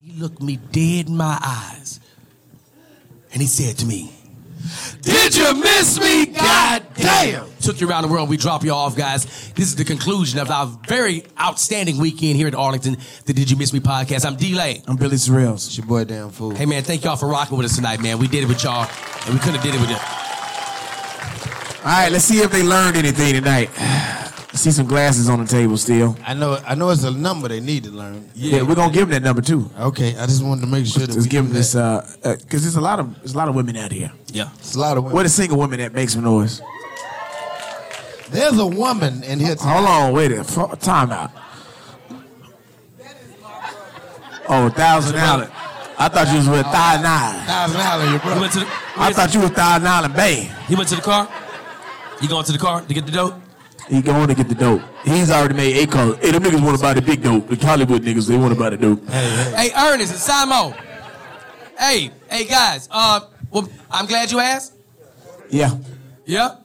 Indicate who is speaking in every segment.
Speaker 1: He looked me dead in my eyes and he said to me, Did you miss me? God damn! Took you around the world. We drop you off, guys. This is the conclusion of our very outstanding weekend here at Arlington, the Did You Miss Me podcast. I'm D Lane.
Speaker 2: I'm Billy Sorrells.
Speaker 3: It's your boy, damn fool.
Speaker 1: Hey, man, thank y'all for rocking with us tonight, man. We did it with y'all and we couldn't have did it with you.
Speaker 2: All right, let's see if they learned anything tonight. see some glasses on the table still.
Speaker 3: I know. I know it's a number they need to learn.
Speaker 2: Yeah, we're gonna give them that number too.
Speaker 3: Okay, I just wanted to make sure that
Speaker 2: Let's
Speaker 3: we
Speaker 2: give
Speaker 3: do
Speaker 2: them this
Speaker 3: that.
Speaker 2: because uh, uh 'cause there's a lot of there's a lot of women out here.
Speaker 1: Yeah.
Speaker 3: It's a lot of women.
Speaker 2: What a single woman that makes some noise.
Speaker 3: There's a woman in here.
Speaker 2: Hold on, wait a f- time out. Oh, Thousand Island. I thought you was with Thousand Island.
Speaker 3: Thousand Island, your
Speaker 1: He
Speaker 3: brother.
Speaker 1: went to the,
Speaker 2: I thought you was Thousand Island Bay.
Speaker 1: he went to the car. You going to the car to get the dope?
Speaker 2: He going to get the dope. He's already made eight calls. Hey, them niggas want to buy the big dope. The Hollywood niggas, they want to buy the dope.
Speaker 1: Hey, Ernest and Simo. Hey, hey, guys. Uh, well, I'm glad you asked.
Speaker 2: Yeah.
Speaker 1: Yeah.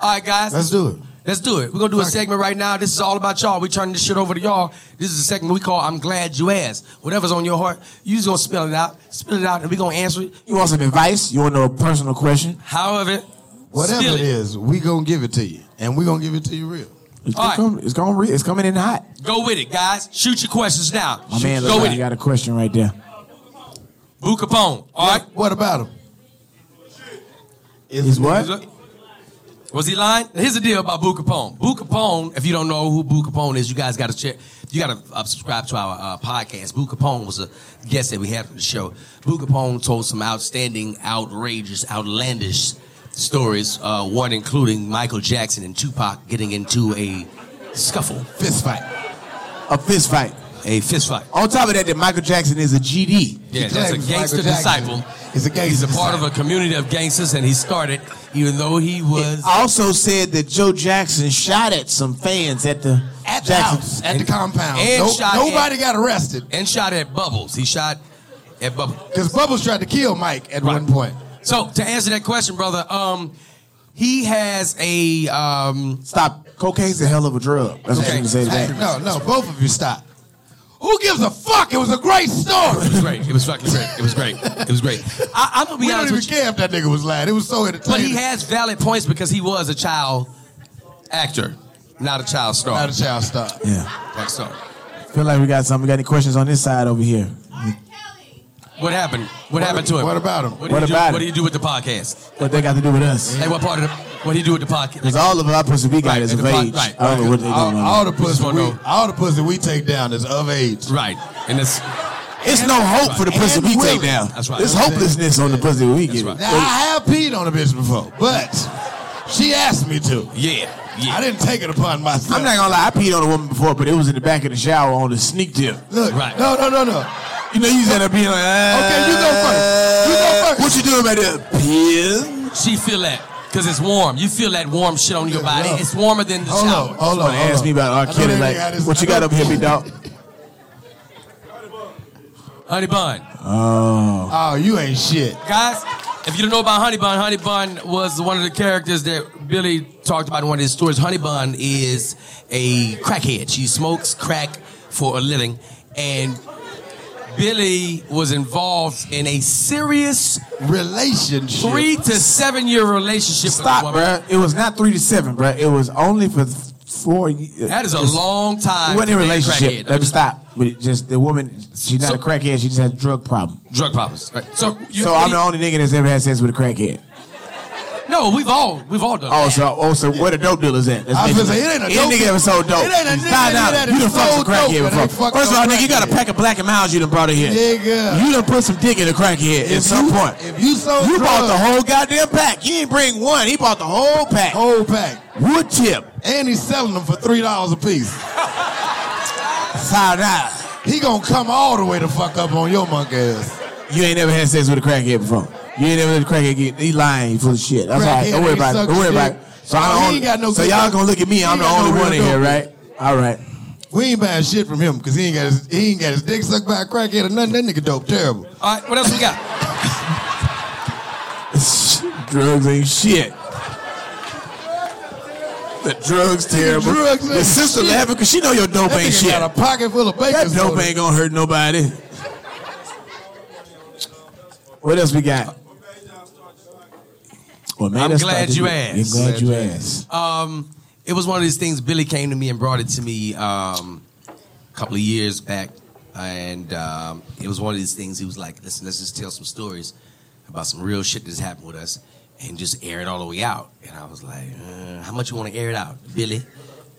Speaker 1: All right, guys.
Speaker 3: Let's do it.
Speaker 1: Let's do it. We're gonna do a segment right now. This is all about y'all. We turning this shit over to y'all. This is a segment we call "I'm Glad You Asked." Whatever's on your heart, you just gonna spill it out, spill it out, and we gonna answer it.
Speaker 2: You want some advice? You want a personal question?
Speaker 1: However,
Speaker 3: Whatever
Speaker 1: spill
Speaker 3: it is, we gonna give it to you, and we gonna give it to you real.
Speaker 2: It's,
Speaker 1: All right.
Speaker 2: coming, it's, going re- it's coming in hot.
Speaker 1: Go with it, guys. Shoot your questions now.
Speaker 2: My
Speaker 1: Shoot-
Speaker 2: man,
Speaker 1: go
Speaker 2: look like
Speaker 1: with
Speaker 2: he
Speaker 1: it.
Speaker 2: got a question right there.
Speaker 1: Boo Capone. All right.
Speaker 3: What about him? Is
Speaker 2: He's what?
Speaker 1: Was he lying? Here's the deal about Boo Capone. Boo Capone, if you don't know who Boo Capone is, you guys got to check. You got to uh, subscribe to our uh, podcast. Boo Capone was a guest that we had for the show. Boo Capone told some outstanding, outrageous, outlandish stories, uh, one including Michael Jackson and Tupac getting into a scuffle,
Speaker 3: Fist fight.
Speaker 2: A fist fight.
Speaker 1: a fist fight.
Speaker 2: On top of that, that Michael Jackson is a GD.
Speaker 1: Yeah,
Speaker 3: He
Speaker 1: that's a
Speaker 3: claims
Speaker 1: gangster
Speaker 3: Michael Jackson
Speaker 1: disciple.
Speaker 3: is a gangster
Speaker 1: He's a part of a community of gangsters, and he started, even though he was.
Speaker 2: It also said that Joe Jackson shot at some fans at the
Speaker 3: At the
Speaker 2: Jackson.
Speaker 3: house, at
Speaker 1: and-
Speaker 3: the compound.
Speaker 1: and
Speaker 3: No-
Speaker 1: shot
Speaker 3: nobody got arrested
Speaker 1: and shot at Bubbles. He shot at Bubbles.
Speaker 3: because Bubbles tried to kill Mike at
Speaker 1: Right.
Speaker 3: one point.
Speaker 1: So to answer that question, brother, um, he has a um,
Speaker 2: Stop. Cocaine's a hell of a drug. That's what you can say to
Speaker 3: Hey,
Speaker 2: that.
Speaker 3: no, no, both of you stop. Who gives a fuck? It was a great story.
Speaker 1: it was great. It was fucking great. It was great. It was great. I, I'm gonna be
Speaker 3: We don't
Speaker 1: honest
Speaker 3: even
Speaker 1: with you,
Speaker 3: care if that nigga was lying. It was so entertaining.
Speaker 1: but he has valid points because he was a child actor, not a child star.
Speaker 3: Not a child star.
Speaker 2: Yeah.
Speaker 1: Child star.
Speaker 2: Feel like we got some. We got any questions on this side over here?
Speaker 1: What happened? What, happened to him?
Speaker 3: What about him?
Speaker 1: do
Speaker 2: What
Speaker 1: you do-
Speaker 2: about
Speaker 1: What
Speaker 2: it?
Speaker 1: do you do with the podcast?
Speaker 2: What they got to do with us?
Speaker 1: Hey, what part of the? What do you do with the podcast?
Speaker 2: Because all of our person we got
Speaker 1: Right,
Speaker 2: is
Speaker 1: and
Speaker 2: of
Speaker 1: the pot-
Speaker 2: age.
Speaker 1: right,
Speaker 2: I don't know what they
Speaker 3: all,
Speaker 2: doing.
Speaker 3: all the
Speaker 1: We just
Speaker 3: pussy
Speaker 1: wanna
Speaker 3: we,
Speaker 1: know.
Speaker 3: all the pussy we take down is of age.
Speaker 1: Right, and it's
Speaker 2: It's no hope for the pussy
Speaker 3: And
Speaker 2: we
Speaker 3: Willie.
Speaker 2: take down.
Speaker 1: That's right.
Speaker 2: It's hopelessness on the pussy we get.
Speaker 1: right.
Speaker 3: Now I have peed on a bitch before, but she asked me to.
Speaker 1: yeah,
Speaker 3: I
Speaker 1: yeah.
Speaker 3: didn't take it upon myself.
Speaker 2: I'm not gonna lie, I peed on a woman before, but it was in the back of the shower on the sneak tip.
Speaker 3: Look,
Speaker 1: Right.
Speaker 3: no, no, no, no.
Speaker 2: You know, you said up being like, ah,
Speaker 3: Okay, you go first. You go first.
Speaker 2: What you doing about there? Peeing?
Speaker 1: She feel that because it's warm. You feel that warm shit on your body.
Speaker 3: Yeah.
Speaker 1: It's warmer than the
Speaker 3: Hold
Speaker 1: shower.
Speaker 3: on, hold on.
Speaker 2: Someone asked me about R. Kelly, like, what you got up here, big dog?
Speaker 1: Honey bun.
Speaker 2: Oh,
Speaker 3: Oh, you ain't shit.
Speaker 1: Guys, if you don't know about Honey Bun, Honey Bun was one of the characters that Billy talked about in one of his stories. Honey Bun is a crackhead. She smokes crack for a living. And Billy was involved in a serious
Speaker 3: Relationship.
Speaker 1: three to seven year relationship
Speaker 2: stop,
Speaker 1: with a woman.
Speaker 2: bruh. It was not three to seven, bruh. It was only for th- four years.
Speaker 1: That is a long time.
Speaker 2: It wasn't a
Speaker 1: to be a
Speaker 2: relationship.
Speaker 1: crackhead.
Speaker 2: Let me stop. But it just the woman, she's not
Speaker 1: So-
Speaker 2: a crackhead. She just has a drug problem.
Speaker 1: Drug problems. Right. So, you,
Speaker 2: So I'm the only nigga that's ever had sex with a crackhead.
Speaker 1: no, we've all we've all done.
Speaker 2: Oh, so, oh, so where the dope dealers at? That's
Speaker 3: I was gonna
Speaker 2: basically-
Speaker 3: say, it ain't a
Speaker 2: Any
Speaker 3: dope
Speaker 2: nigga
Speaker 3: dealer.
Speaker 2: ever sold dope.
Speaker 3: It ain't a nigga
Speaker 2: Find out.
Speaker 3: that
Speaker 2: You done
Speaker 3: has
Speaker 2: fucked some
Speaker 3: sold dope
Speaker 2: crackhead
Speaker 3: that ain't
Speaker 2: before.
Speaker 3: fucked
Speaker 2: First of
Speaker 3: no
Speaker 2: all, nigga, you got a
Speaker 3: crackhead.
Speaker 2: pack of black and miles you done brought in here.
Speaker 3: Nigga.
Speaker 2: You done put some dick in a crackhead at
Speaker 3: If
Speaker 2: some
Speaker 3: you-
Speaker 2: point.
Speaker 3: If you sold
Speaker 2: You bought
Speaker 3: drugs,
Speaker 2: the whole goddamn pack. You didn't bring one. He bought the whole pack.
Speaker 3: whole pack,
Speaker 2: Wood tip.
Speaker 3: and he's selling them for three dollars a piece,
Speaker 2: Found out.
Speaker 3: he gonna come all the way to fuck up on your monkey ass.
Speaker 2: You ain't never had sex with a crackhead before. You ain't never had a crackhead get. He lying. He full of shit. That's all right.
Speaker 3: Crackhead
Speaker 2: Don't worry
Speaker 3: ain't
Speaker 2: about it.
Speaker 3: suck
Speaker 2: Don't worry about
Speaker 3: shit.
Speaker 2: it. So, I
Speaker 3: He
Speaker 2: don't
Speaker 3: ain't got no
Speaker 2: so
Speaker 3: good-
Speaker 2: y'all gonna look at me.
Speaker 3: he
Speaker 2: I'm
Speaker 3: ain't
Speaker 2: the
Speaker 3: got no
Speaker 2: only
Speaker 3: real
Speaker 2: one in
Speaker 3: dope.
Speaker 2: here, right? All right.
Speaker 3: We ain't buying shit from him because he ain't got his, he ain't got his dick sucked by a crackhead or nothing. That nigga dope terrible.
Speaker 1: All right, what else we got?
Speaker 2: drugs ain't shit. The drugs terrible.
Speaker 3: drugs ain't
Speaker 2: the sister
Speaker 3: shit.
Speaker 2: laughing because she know your dope
Speaker 3: That
Speaker 2: ain't
Speaker 3: nigga
Speaker 2: shit.
Speaker 3: got a pocket full of bacon
Speaker 2: That dope
Speaker 3: soda.
Speaker 2: ain't gonna hurt nobody. What else we got? Well, man,
Speaker 1: I'm
Speaker 2: that's
Speaker 1: glad
Speaker 2: not-
Speaker 1: you asked.
Speaker 2: I'm glad
Speaker 3: Glad
Speaker 2: you
Speaker 3: you
Speaker 2: asked.
Speaker 1: Um, it was one of these things. Billy came to me and brought it to me um, a couple of years back, and um, it was one of these things. He was like, "Listen, let's just tell some stories about some real shit that's happened with us, and just air it all the way out." And I was like, uh, "How much you want to air it out, Billy?"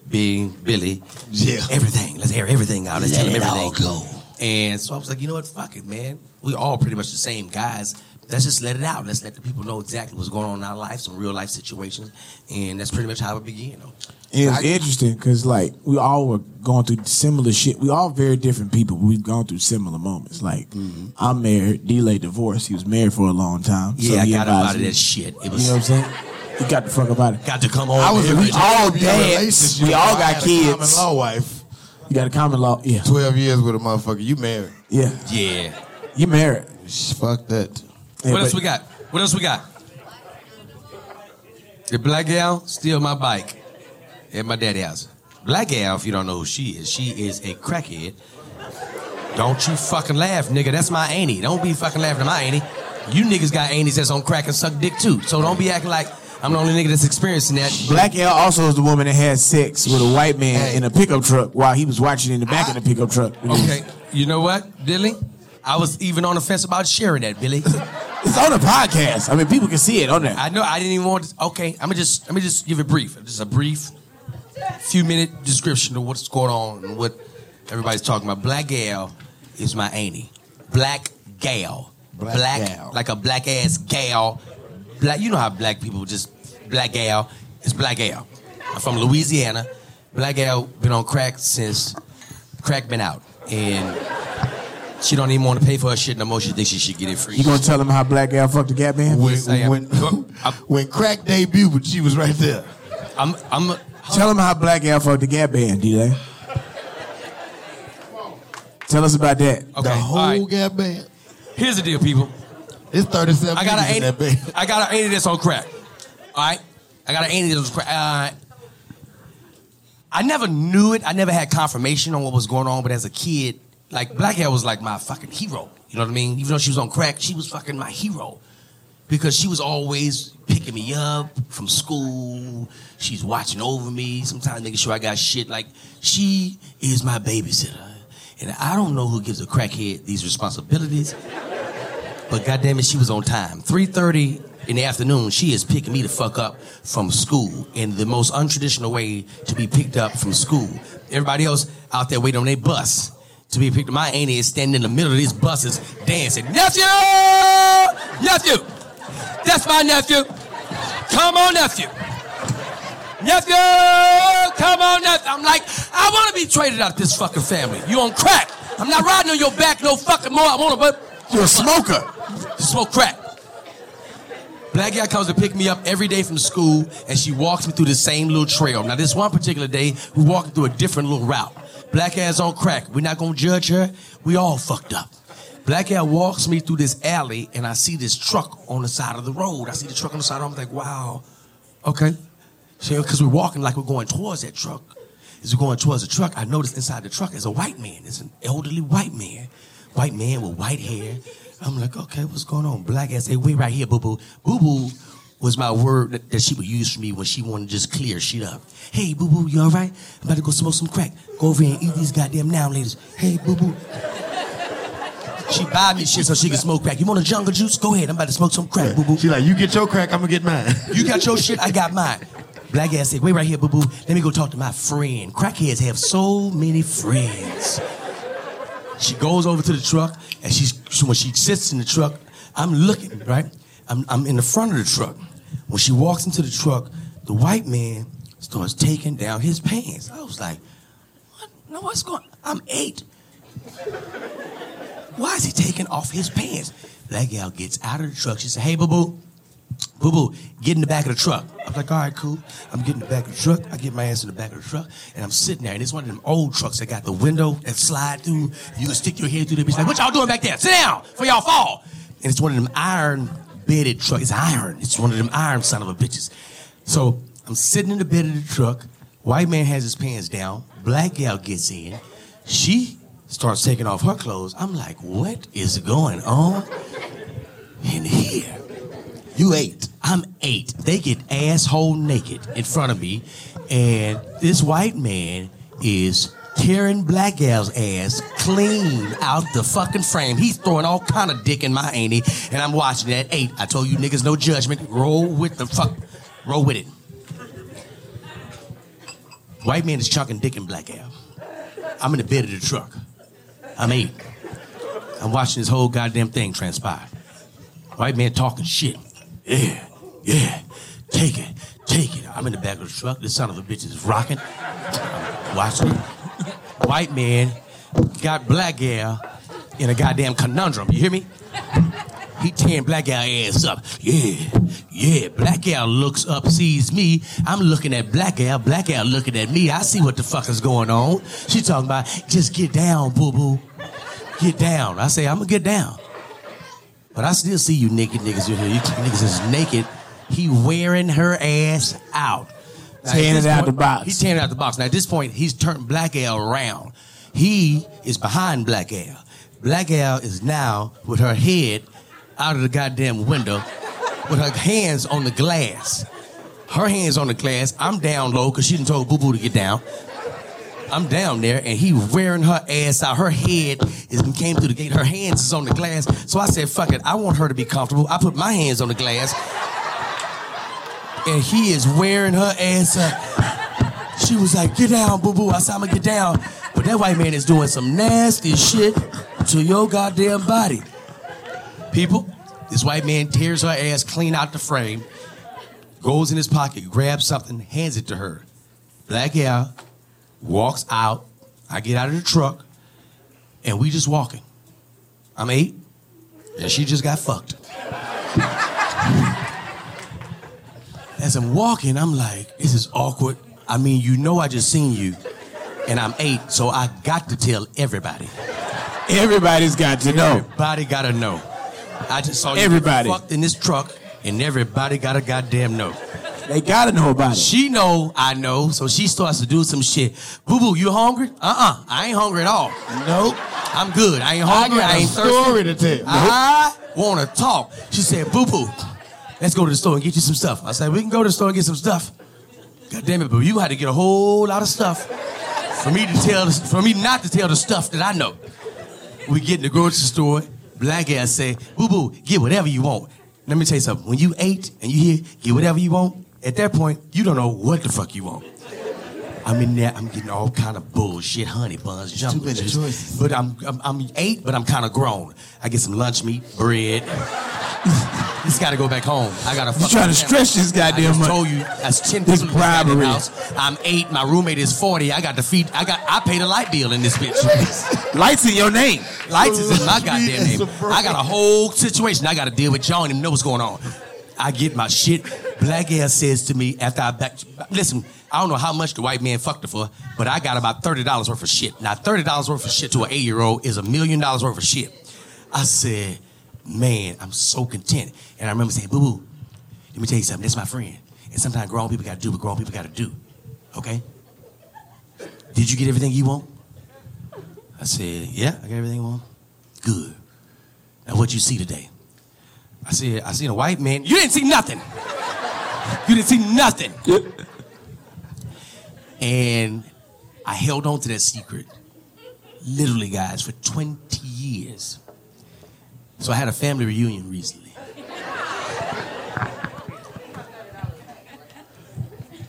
Speaker 1: Being Billy,
Speaker 3: Yeah.
Speaker 1: everything. Let's air everything out. Let's tell him
Speaker 3: Let it
Speaker 1: everything.
Speaker 3: all go.
Speaker 1: And so I was like, you know what? Fuck it, man. We all pretty much the same guys. Let's just let it out. Let's let the people know exactly what's going on in our life, some real life situations, and that's pretty much how it began. Though.
Speaker 2: It was
Speaker 3: I-
Speaker 2: interesting because like we all were going through similar shit. We all very different people. but We've gone through similar moments. Like
Speaker 1: Mm-hmm.
Speaker 2: I'm married, delay divorce. He was married for a long time.
Speaker 1: Yeah, I
Speaker 2: he
Speaker 1: got up
Speaker 2: advised
Speaker 1: out of
Speaker 2: me-
Speaker 1: that shit. It
Speaker 2: You
Speaker 1: was
Speaker 2: know what I'm saying? He got the fuck up out of it.
Speaker 1: got to come on.
Speaker 3: I was
Speaker 1: every
Speaker 3: in
Speaker 1: day.
Speaker 2: all
Speaker 3: a
Speaker 2: dads.
Speaker 3: relationship.
Speaker 2: We all
Speaker 3: I
Speaker 2: got
Speaker 3: had A
Speaker 2: kids.
Speaker 3: common law wife.
Speaker 2: You got a common law. Yeah,
Speaker 3: Twelve years with a motherfucker. You married?
Speaker 2: yeah.
Speaker 1: yeah.
Speaker 2: You married.
Speaker 3: Sh- Fuck that.
Speaker 2: Yeah,
Speaker 1: what
Speaker 2: but-
Speaker 1: else we got? What else we got? The black gal steal my bike at my daddy house. Black gal, if you don't know who she is, she is a crackhead. Don't you fucking laugh, nigga. That's my auntie. Don't be fucking laughing at my auntie. You niggas got aunties that's on crack and suck dick too. So don't be acting like I'm the only nigga that's experiencing that.
Speaker 2: Black L also is the woman that had sex with a white man in a pickup truck while he was watching in the back of the pickup truck.
Speaker 1: Okay, you know what, Billy? I was even on the fence about sharing that, Billy.
Speaker 2: It's on the podcast. I mean, people can see it on there.
Speaker 1: I know I didn't even want to. Okay, I'm gonna just let me just give it brief. Just a brief, few minute description of what's going on and what everybody's talking about. Black gal is my auntie. Black gal,
Speaker 3: Black gal.
Speaker 1: like a black ass gal. Black, you know how black people just black gal. It's black gal. I'm from Louisiana. Black gal been on crack since crack been out, and she don't even want to pay for her shit no more. She thinks she should get it free.
Speaker 2: You gonna tell them how Black L fucked the Gap Man?
Speaker 3: When
Speaker 1: Yes, I am.
Speaker 3: when,
Speaker 1: I'm-
Speaker 3: when crack debuted, she was right there.
Speaker 1: I'm I'm.
Speaker 2: Tell them how Black L fucked the Gap Man, D-Lay. Tell us about that.
Speaker 1: Okay,
Speaker 3: the
Speaker 1: all
Speaker 3: whole
Speaker 1: right.
Speaker 3: goddamn.
Speaker 1: Here's the deal, people.
Speaker 3: It's thirty-seven.
Speaker 1: I got
Speaker 3: niggas in
Speaker 1: an
Speaker 3: that
Speaker 1: auntie.
Speaker 3: band.
Speaker 1: I got an auntie that's on crack. All right, I got an auntie that's on crack. Uh, I never knew it. I never had confirmation on what was going on. But as a kid, like Black Hair was like my fucking hero. You know what I mean? Even though she was on crack, she was fucking my hero because she was always picking me up from school. She's watching over me, sometimes making sure I got shit. Like, she is my babysitter. And I don't know who gives a crackhead these responsibilities, but goddamn it, she was on time. 3.30 in the afternoon, she is picking me the fuck up from school in the most untraditional way to be picked up from school. Everybody else out there waiting on their bus to be picked up. My auntie is standing in the middle of these buses dancing, nephew! Nephew! That's my nephew. Come on, nephew. Nephew, come on, nephew. I'm like, I want to be traded out of this fucking family. You on crack. I'm not riding on your back no fucking more. I want to, but
Speaker 2: You're a smoker.
Speaker 1: smoke crack. Black guy comes to pick me up every day from school, and she walks me through the same little trail. Now, this one particular day, we walking through a different little route. Black ass on crack. We're not gonna judge her. We all fucked up. Black guy walks me through this alley, and I see this truck on the side of the road. I see the truck on the side. I'm like, wow, okay. Because we're walking like we're going towards that truck. As we're going towards the truck, I noticed inside the truck is a white man. It's an elderly white man. White man with white hair. I'm like, okay, what's going on? Black ass, hey, wait right here, boo boo. Boo boo was my word that, that she would use for me when she wanted to just clear shit up. Hey, boo boo, you all right? I'm about to go smoke some crack. Go over here and eat these goddamn now, ladies. Hey, boo boo. She buy me shit so she can smoke crack. You want a jungle juice? Go ahead. I'm about to smoke some crack, boo boo.
Speaker 3: She like, you get your crack, I'm gonna get mine.
Speaker 1: You got your shit, I got mine. Black ass said, wait right here, boo boo. Let me go talk to my friend. Crackheads have so many friends. She goes over to the truck, and she's she, when she sits in the truck, I'm looking, right? I'm, I'm in the front of the truck. When she walks into the truck, the white man starts taking down his pants. I was like, what? No, what's going I'm eight. Why is he taking off his pants? Black gal gets out of the truck. She said, hey, boo boo. Boo boo, get in the back of the truck. I'm like, all right, cool. I'm getting the back of the truck. I get my ass in the back of the truck, and I'm sitting there. And it's one of them old trucks that got the window that slide through. You can stick your head through the bitch. Like, what y'all doing back there? Sit down, for y'all fall. And it's one of them iron bedded trucks. It's iron. It's one of them iron son of a bitches. So I'm sitting in the bed of the truck. White man has his pants down. Black gal gets in. She starts taking off her clothes. I'm like, what is going on? in here.
Speaker 3: You eight.
Speaker 1: I'm eight. They get asshole naked in front of me, and this white man is tearing black gal's ass clean out the fucking frame. He's throwing all kind of dick in my annie, and I'm watching that eight. I told you niggas no judgment. Roll with the fuck. Roll with it. White man is chucking dick in black gal. I'm in the bed of the truck. I'm eight. I'm watching this whole goddamn thing transpire. White man talking shit. Yeah, yeah. Take it, take it. I'm in the back of the truck. This son of a bitch is rocking. Watch it. White man got black gal in a goddamn conundrum. You hear me? He tearing black gal ass up. Yeah, yeah. Black gal looks up, sees me. I'm looking at black gal. Black gal looking at me. I see what the fuck is going on. She talking about just get down, boo boo. Get down. I say I'm gonna get down. But I still see you naked niggas in here. You niggas is naked. He wearing her ass out. Now, at
Speaker 2: Tearing
Speaker 1: this
Speaker 2: it out the box.
Speaker 1: He's tearing it out the box. Now at this point, he's turned Black Al around. He is behind Black Al. Black Al is now with her head out of the goddamn window, with her hands on the glass. Her hands on the glass. I'm down low because she didn't told Boo Boo to get down. I'm down there and he wearing her ass out. Her head is came through the gate. Her hands is on the glass. So I said, fuck it. I want her to be comfortable. I put my hands on the glass. And he is wearing her ass up. She was like, get down, boo-boo. I said, I'ma get down. But that white man is doing some nasty shit to your goddamn body. People, this white man tears her ass clean out the frame, goes in his pocket, grabs something, hands it to her. Black gal walks out. I get out of the truck, and we just walking. I'm eight, and she just got fucked. As I'm walking, I'm like, this is awkward. I mean, you know, I just seen you, and I'm eight, so I got to tell everybody.
Speaker 2: Everybody's got to know.
Speaker 1: Everybody gotta know. I just saw you
Speaker 2: Everybody.
Speaker 1: fucked in this truck, and everybody gotta goddamn know.
Speaker 2: They gotta know about it.
Speaker 1: She know I know, so she starts to do some shit. Boo boo, you hungry? Uh uh I ain't hungry at all. Nope. I'm good. I ain't
Speaker 3: I
Speaker 1: hungry. I,
Speaker 3: got a
Speaker 1: ain't thirsty.
Speaker 3: story to tell.
Speaker 1: I wanna talk. She said, boo boo, let's go to the store and get you some stuff. I said, we can go to the store and get some stuff. God damn it, boo, you had to get a whole lot of stuff for me to tell for me not to tell the stuff that I know. We get in the grocery store. Black ass say, "Boo boo, get whatever you want." Let me tell you something. When you eight and you hear get whatever you want, at that point you don't know what the fuck you want. I'm in there. I'm getting all kind of bullshit, honey buns, jungle
Speaker 3: many
Speaker 1: juice.
Speaker 3: choices.
Speaker 1: But I'm, I'm I'm eight, but I'm kind of grown. I get some lunch meat, bread. Just gotta go back home. I gotta.
Speaker 2: You trying to stretch this
Speaker 1: I
Speaker 2: goddamn
Speaker 1: just
Speaker 2: money.
Speaker 1: told you that's ten
Speaker 2: This
Speaker 1: people inside the
Speaker 2: bribery.
Speaker 1: house. I'm eight. My roommate is forty. I got to feed. I got. I paid a light bill in this bitch.
Speaker 2: Lights in your name.
Speaker 1: Lights is in my
Speaker 3: Light
Speaker 1: goddamn
Speaker 3: is
Speaker 1: name.
Speaker 3: a
Speaker 1: I got a whole situation I got to deal with. Y'all don't even know what's going on. I get my shit. Black ass says to me after I back. Listen, I don't know how much the white man fucked her for, but I got about thirty dollars worth of shit. Now thirty dollars worth of shit to an eight year old is a million dollars worth of shit. I said, man, I'm so content. And I remember saying, boo boo, let me tell you something. That's my friend. And sometimes grown people got to do what grown people got to do. Okay. Did you get everything you want? I said, Yeah, I got everything I want. Good. Now what you see today? I said, I seen a white man. You didn't see nothing. You didn't see nothing. and I held on to that secret, literally, guys, for 20 years. So I had a family reunion recently.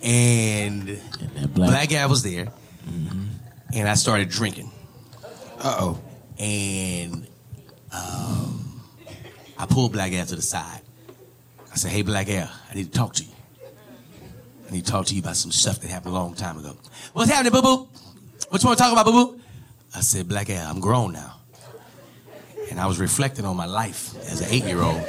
Speaker 1: And
Speaker 2: black-
Speaker 1: black guy was there, and I started drinking
Speaker 3: Uh oh.
Speaker 1: and um, I pulled Black Al to the side. I said, "Hey, Black Al, I need to talk to you. I need to talk to you about some stuff that happened a long time ago. What's happening, Boo Boo? What you want to talk about, Boo Boo?" I said, "Black Al, I'm grown now, and I was reflecting on my life as an eight-year-old."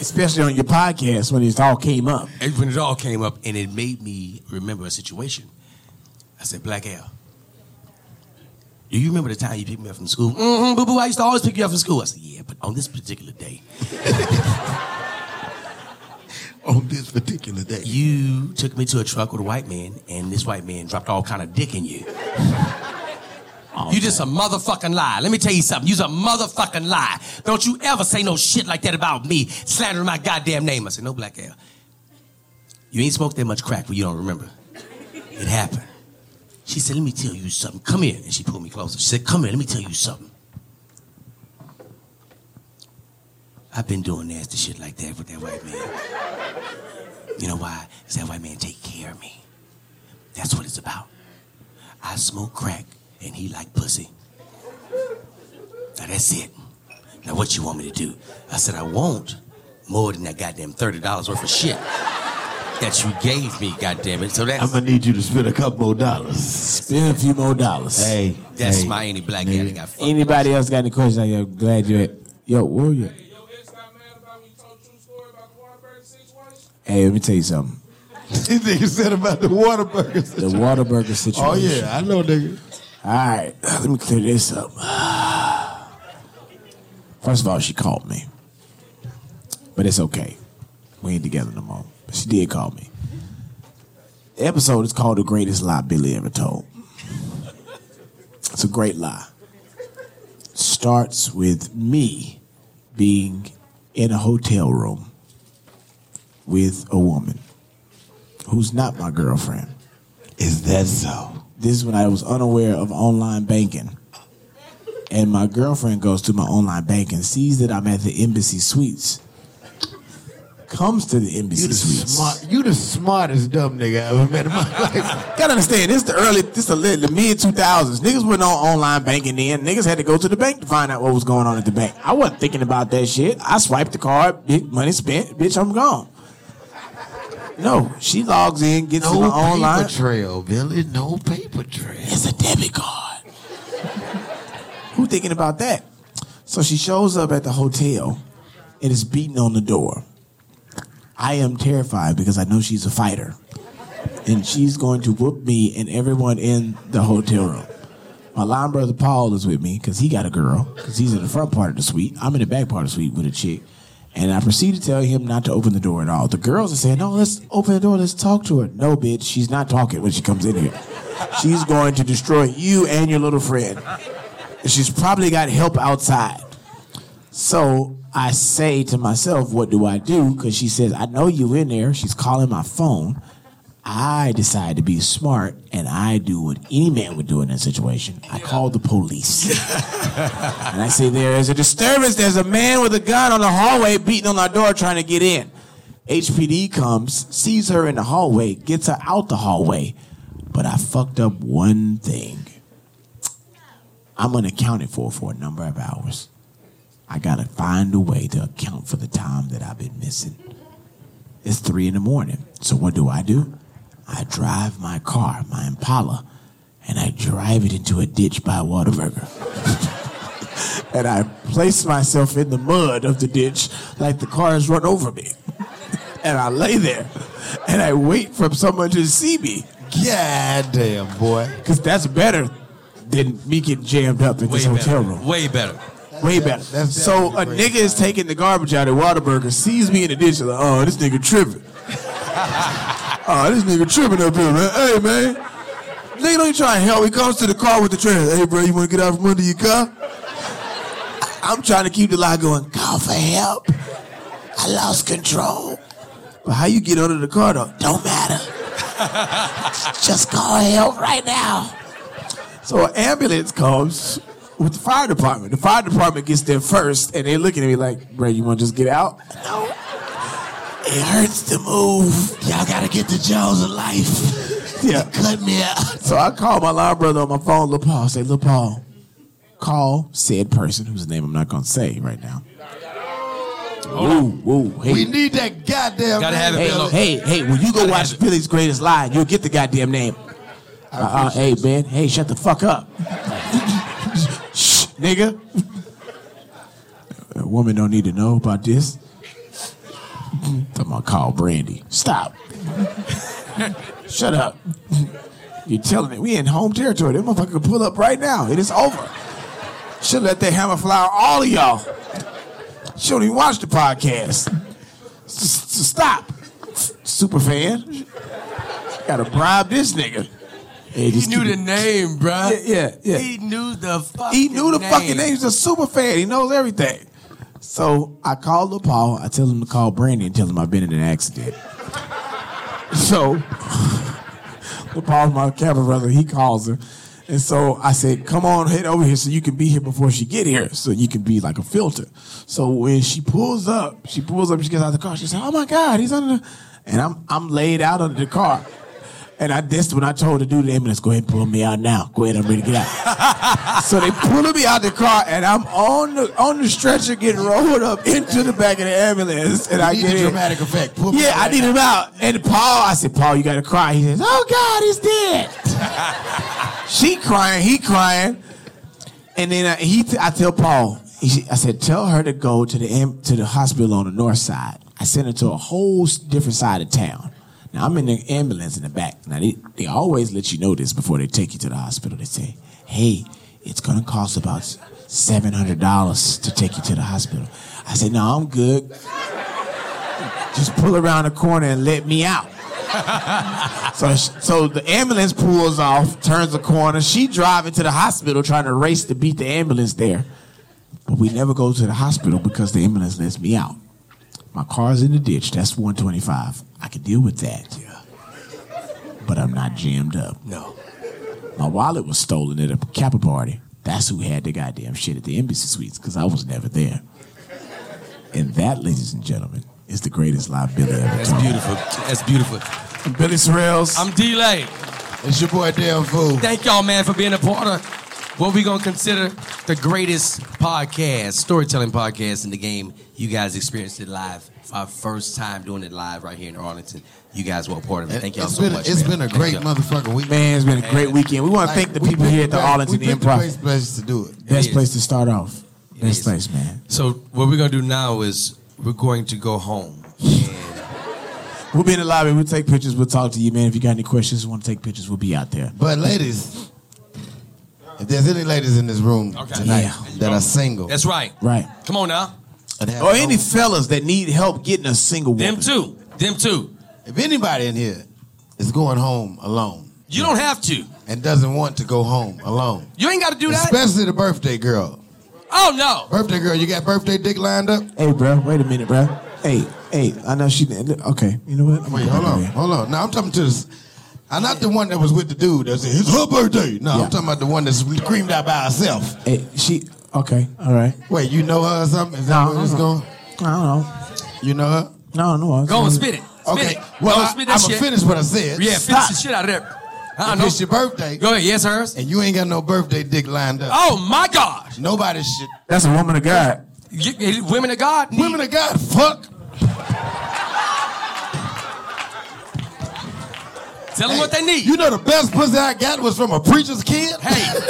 Speaker 2: Especially on your podcast when it all came up.
Speaker 1: And when it all came up, and it made me remember a situation. I said, Black Al, do you remember the time you picked me up from school? Mm-hmm, boo boo, I used to always pick you up from school. I said, yeah, but on this particular day,
Speaker 3: On this particular day.
Speaker 1: you took me to a truck with a white man, and this white man dropped all kind of dick in you. You just a motherfucking lie. Let me tell you something. You's a motherfucking lie. Don't you ever say no shit like that about me, slandering my goddamn name. I said, no black air. You ain't smoked that much crack, but you don't remember. It happened. She said, let me tell you something. Come here. And she pulled me closer. She said, come here. Let me tell you something. I've been doing nasty shit like that with that white man. You know why? Because that white man take care of me. That's what it's about. I smoke crack and he like pussy. Now that's it. Now what you want me to do? I said I won't more than that goddamn thirty dollars worth of shit that you gave me, goddamn it. So
Speaker 4: I'm
Speaker 1: that's
Speaker 4: gonna need you to spend a couple more dollars.
Speaker 2: Spend a few more dollars.
Speaker 4: Hey,
Speaker 1: that's
Speaker 4: hey,
Speaker 1: my any black guy that got fucked.
Speaker 2: Anybody else got any questions? I'm glad you're at. Yo, where you at?
Speaker 5: Yo, it's not mad about when you told true story about the Waterbury situation.
Speaker 2: Hey, let me tell you something.
Speaker 3: He think he said about the water burgers.
Speaker 2: The Waterburger situation.
Speaker 3: Oh yeah, I know, nigga.
Speaker 2: All right, let me clear this up. First of all, she called me, but it's okay. We ain't together no more. But she did call me. The episode is called "The Greatest Lie Billy Ever Told." It's a great lie. Starts with me being in a hotel room with a woman who's not my girlfriend.
Speaker 4: Is that so?
Speaker 2: This is when I was unaware of online banking. And my girlfriend goes to my online banking, sees that I'm at the embassy suites, comes to the embassy
Speaker 4: You the
Speaker 2: suites.
Speaker 4: smart. You the smartest dumb nigga I ever met in my life.
Speaker 2: Gotta understand, this the early, this the, lit- the mid 2000s. Niggas wasn't on online banking then. Niggas had to go to the bank to find out what was going on at the bank. I wasn't thinking about that shit. I swiped the card, big money spent, bitch, I'm gone. No, she logs in, gets to
Speaker 4: No
Speaker 2: my
Speaker 4: paper
Speaker 2: online.
Speaker 4: trail, Billy. No paper trail.
Speaker 2: It's a debit card. Who thinking about that? So she shows up at the hotel and is beating on the door. I am terrified because I know she's a fighter. And she's going to whoop me and everyone in the hotel room. My line brother Paul is with me because he got a girl, because he's in the front part of the suite. I'm in the back part of the suite with a chick. And I proceed to tell him not to open the door at all. The girls are saying, No, let's open the door, let's talk to her. No, bitch, she's not talking when she comes in here. She's going to destroy you and your little friend. And She's probably got help outside. So I say to myself, What do I do? Because she says, I know you in there. She's calling my phone. I decide to be smart and I do what any man would do in that situation. I call the police. and I say, There is a disturbance. There's a man with a gun on the hallway beating on our door trying to get in. HPD comes, sees her in the hallway, gets her out the hallway. But I fucked up one thing. I'm unaccounted for for a number of hours. I gotta find a way to account for the time that I've been missing. It's three in the morning. So what do I do? I drive my car, my Impala, and I drive it into a ditch by Whataburger. and I place myself in the mud of the ditch like the car has run over me. and I lay there and I wait for someone to see me.
Speaker 4: God damn, boy.
Speaker 2: Cause that's better than me getting jammed up in
Speaker 1: Way
Speaker 2: this
Speaker 1: better.
Speaker 2: hotel room.
Speaker 1: Way better.
Speaker 2: Way better.
Speaker 3: that's
Speaker 2: so a
Speaker 3: definitely
Speaker 2: nigga is taking the garbage out at Waterburger, sees me in the ditch, like, oh, this nigga tripping. oh, this nigga tripping up here, man. Hey, man. Nigga don't even try to help. He comes to the car with the trash. Hey, bro, you want to get out from under your car? I- I'm trying to keep the lie going, call for help. I lost control. But how you get under the car, though? Don't matter. Just call help right now. So an ambulance comes with the fire department. The fire department gets there first, and they're looking at me like, "Bro, you want to just get out?" No, it hurts to move. Y'all gotta get the jaws of life. Yeah, cut me out. So I call my line brother on my phone, Lil Paul. Say, Lil Paul, call said person whose name I'm not gonna say right now. Woo, woo, hey.
Speaker 3: We need that goddamn.
Speaker 1: Gotta
Speaker 3: name,
Speaker 1: have it,
Speaker 3: Billy.
Speaker 1: Billo.
Speaker 2: Hey, hey, when you go watch Billy's Greatest Lie, you'll get the goddamn name. Uh, uh, hey, man, hey, shut the fuck up. Shh, nigga. A woman don't need to know about this. I'm gonna call Brandy. Stop. shut up. You're telling it. We in home territory. That motherfucker can pull up right now. It is over. Should let that hammer fly on all of y'all. She don't even watch the podcast. S- s- stop, super fan. Gotta bribe this nigga. Hey,
Speaker 1: He
Speaker 2: just
Speaker 1: knew
Speaker 2: keep
Speaker 1: the
Speaker 2: it-
Speaker 1: name, bro.
Speaker 2: Yeah, yeah, yeah.
Speaker 1: He knew the fucking
Speaker 2: He knew the fucking name. He's a super fan. He knows everything. So I called up Paul. I tell him to call Brandy and tell him I've been in an accident. so Paul's my camera brother. He calls her. And so I said, come on, head over here so you can be here before she get here. So you can be like a filter. So when she pulls up, she pulls up, she gets out of the car. She said, oh my God, he's under the... And I'm, I'm laid out under the car. And I, that's when I told the dude, the ambulance, go ahead and pull me out now. Go ahead, I'm ready to get out. So they pulling me out the car, and I'm on the on the stretcher getting rolled up into the back of the ambulance, and I
Speaker 3: need
Speaker 2: get
Speaker 3: the
Speaker 2: in.
Speaker 3: dramatic effect. Pull me
Speaker 2: yeah,
Speaker 3: out.
Speaker 2: I need him out. And Paul, I said, Paul, you gotta cry. He says, Oh God, he's dead. she crying, he crying, and then I, he, t- I tell Paul, he, I said, tell her to go to the am- to the hospital on the north side. I sent her to a whole s- different side of town. Now I'm in the ambulance in the back. Now they, they always let you know this before they take you to the hospital. They say, hey, it's gonna cost about seven hundred dollars to take you to the hospital. I said, no, I'm good. Just pull around the corner and let me out. So, so the ambulance pulls off, turns the corner. She driving to the hospital, trying to race to beat the ambulance there. But we never go to the hospital because the ambulance lets me out. My car's in the ditch. That's 125. I can deal with that. But I'm not jammed up.
Speaker 1: No.
Speaker 2: My wallet was stolen at a Kappa party. That's who had the goddamn shit at the embassy suites because I was never there. And that, ladies and gentlemen, is the greatest liability ever
Speaker 1: That's
Speaker 2: told.
Speaker 1: beautiful. That's beautiful.
Speaker 2: Billy Sorrells.
Speaker 1: I'm delayed.
Speaker 3: It's your boy Damn Fool.
Speaker 1: Thank y'all, man, for being a part of what we gonna consider the greatest podcast, storytelling podcast in the game. You guys experienced it live. Our first time doing it live right here in Arlington. You guys were a part of it. Thank y'all
Speaker 3: It's
Speaker 1: so
Speaker 3: been,
Speaker 1: much.
Speaker 3: it's
Speaker 1: man.
Speaker 3: been a
Speaker 1: Thank
Speaker 3: great
Speaker 1: y'all.
Speaker 3: motherfucking week.
Speaker 2: Man, it's been a great weekend. We want to
Speaker 3: Like,
Speaker 2: thank the
Speaker 3: we
Speaker 2: people
Speaker 3: picked
Speaker 2: here at the
Speaker 3: best-
Speaker 2: Arlington
Speaker 3: we picked The
Speaker 2: Improv.
Speaker 3: best place to do it.
Speaker 1: It
Speaker 2: Best
Speaker 1: is.
Speaker 2: place to start off.
Speaker 1: It
Speaker 2: Best
Speaker 1: is.
Speaker 2: place, man.
Speaker 1: So what we're gonna do now is we're going to go home. And
Speaker 2: We'll be in the lobby. We'll take pictures. We'll talk to you, man. If you got any questions, want to take pictures, we'll be out there.
Speaker 3: But ladies, if there's any ladies in this room
Speaker 1: Okay.
Speaker 3: tonight
Speaker 2: Yeah.
Speaker 3: that are single,
Speaker 1: that's right.
Speaker 2: Right.
Speaker 1: Come on now.
Speaker 3: and have
Speaker 2: Or
Speaker 3: no-
Speaker 2: any fellas that need help getting a single woman.
Speaker 1: Them too. Them too.
Speaker 3: if anybody in here is going home alone
Speaker 1: You don't have to.
Speaker 3: and doesn't want to go home alone,
Speaker 1: You ain't gotta do that.
Speaker 3: especially the birthday girl.
Speaker 1: Oh no.
Speaker 3: Birthday girl, you got birthday dick lined up?
Speaker 2: Hey, bro. Wait a minute, bro. Hey, hey. I know she. Okay. You know what? I'm
Speaker 3: Wait,
Speaker 2: gonna
Speaker 3: hold
Speaker 2: go
Speaker 3: on,
Speaker 2: back
Speaker 3: hold on. Now I'm talking to this. I'm not the one that was with the dude that said it's her birthday. No,
Speaker 2: Yeah.
Speaker 3: I'm talking about the one that's screamed out by herself.
Speaker 2: over here. Hey, she. Okay. All right.
Speaker 3: Wait, you know her or something? Is that
Speaker 2: No,
Speaker 3: where it's
Speaker 2: uh-uh.
Speaker 3: going?
Speaker 2: I don't know.
Speaker 3: You know her?
Speaker 2: No, no.
Speaker 1: Go and spit it. Spit
Speaker 3: Okay.
Speaker 1: it.
Speaker 3: Well,
Speaker 1: Go and
Speaker 3: I,
Speaker 1: spit
Speaker 3: I'm
Speaker 1: that
Speaker 3: gonna
Speaker 1: shit.
Speaker 3: finish what I said.
Speaker 1: Yeah,
Speaker 3: Stop.
Speaker 1: finish the shit out of there. I
Speaker 3: If
Speaker 1: know.
Speaker 3: it's your birthday
Speaker 1: Go ahead. Yes, hers.
Speaker 3: and you ain't got no birthday dick lined up,
Speaker 1: Oh my God.
Speaker 3: nobody should.
Speaker 2: That's a woman of God.
Speaker 1: You- you- women of God. need-
Speaker 3: Women of God, fuck.
Speaker 1: Tell them what they need.
Speaker 3: You know the best pussy I got was from a preacher's kid.
Speaker 1: hey,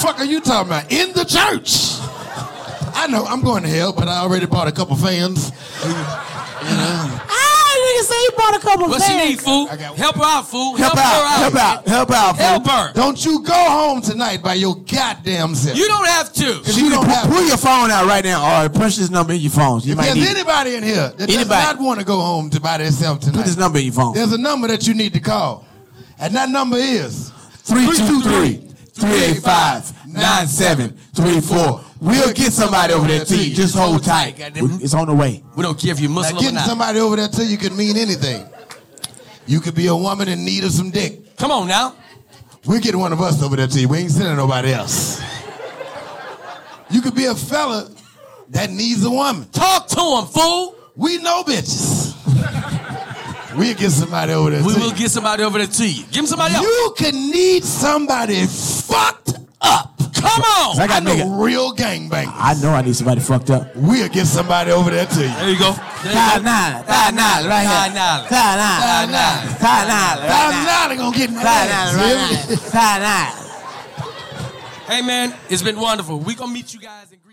Speaker 3: fuck are you talking about? In the church. I know I'm going to hell, but I already bought a couple fans.
Speaker 2: Ah, nigga say he bought a couple
Speaker 1: what she need, fool?
Speaker 3: I got-
Speaker 1: Help her out, fool.
Speaker 2: Help, out. Help
Speaker 1: her out.
Speaker 2: out. Help out. fool.
Speaker 1: Help her.
Speaker 3: Don't you go home tonight by your goddamn self.
Speaker 1: You don't have to.
Speaker 3: If you don't have-
Speaker 2: pull your phone out right now. All right, punch this number in your phone. You
Speaker 3: if
Speaker 2: might
Speaker 3: there's
Speaker 2: need
Speaker 3: anybody in here that does
Speaker 2: Anybody.
Speaker 3: not want to go home to by themselves tonight,
Speaker 2: put this number in your phone.
Speaker 3: there's a number that you need to call. And that number is
Speaker 2: 323-385-9734. We'll get somebody over there to you. Just hold tight. It's on the way.
Speaker 1: We don't care if you're
Speaker 3: Now,
Speaker 1: Muslim or
Speaker 3: getting
Speaker 1: not.
Speaker 3: somebody over there too, you could mean anything. You could be a woman in need of some dick.
Speaker 1: Come on now.
Speaker 3: We're getting one of us over there to you. We ain't sending nobody else. You could be a fella that needs a woman.
Speaker 1: Talk to them, fool.
Speaker 3: We know bitches. We'll get somebody over there
Speaker 1: We
Speaker 3: to
Speaker 1: will
Speaker 3: you.
Speaker 1: get somebody over there to you. Give them somebody else.
Speaker 3: You could need somebody fucked up.
Speaker 1: Come on.
Speaker 2: I got
Speaker 3: know
Speaker 2: nigga.
Speaker 3: real gangbangers.
Speaker 2: I know I need somebody fucked up.
Speaker 3: We'll get somebody over there to you.
Speaker 1: There you go. There you go.
Speaker 2: nine, five nine, right
Speaker 1: Five nine.
Speaker 2: Five nine,
Speaker 1: Five nine.
Speaker 2: five nine,
Speaker 3: Thousand dollars gonna get in that ass, you hear me?
Speaker 2: five nine.
Speaker 1: Hey man, it's been wonderful. We gonna meet you guys in. Greece.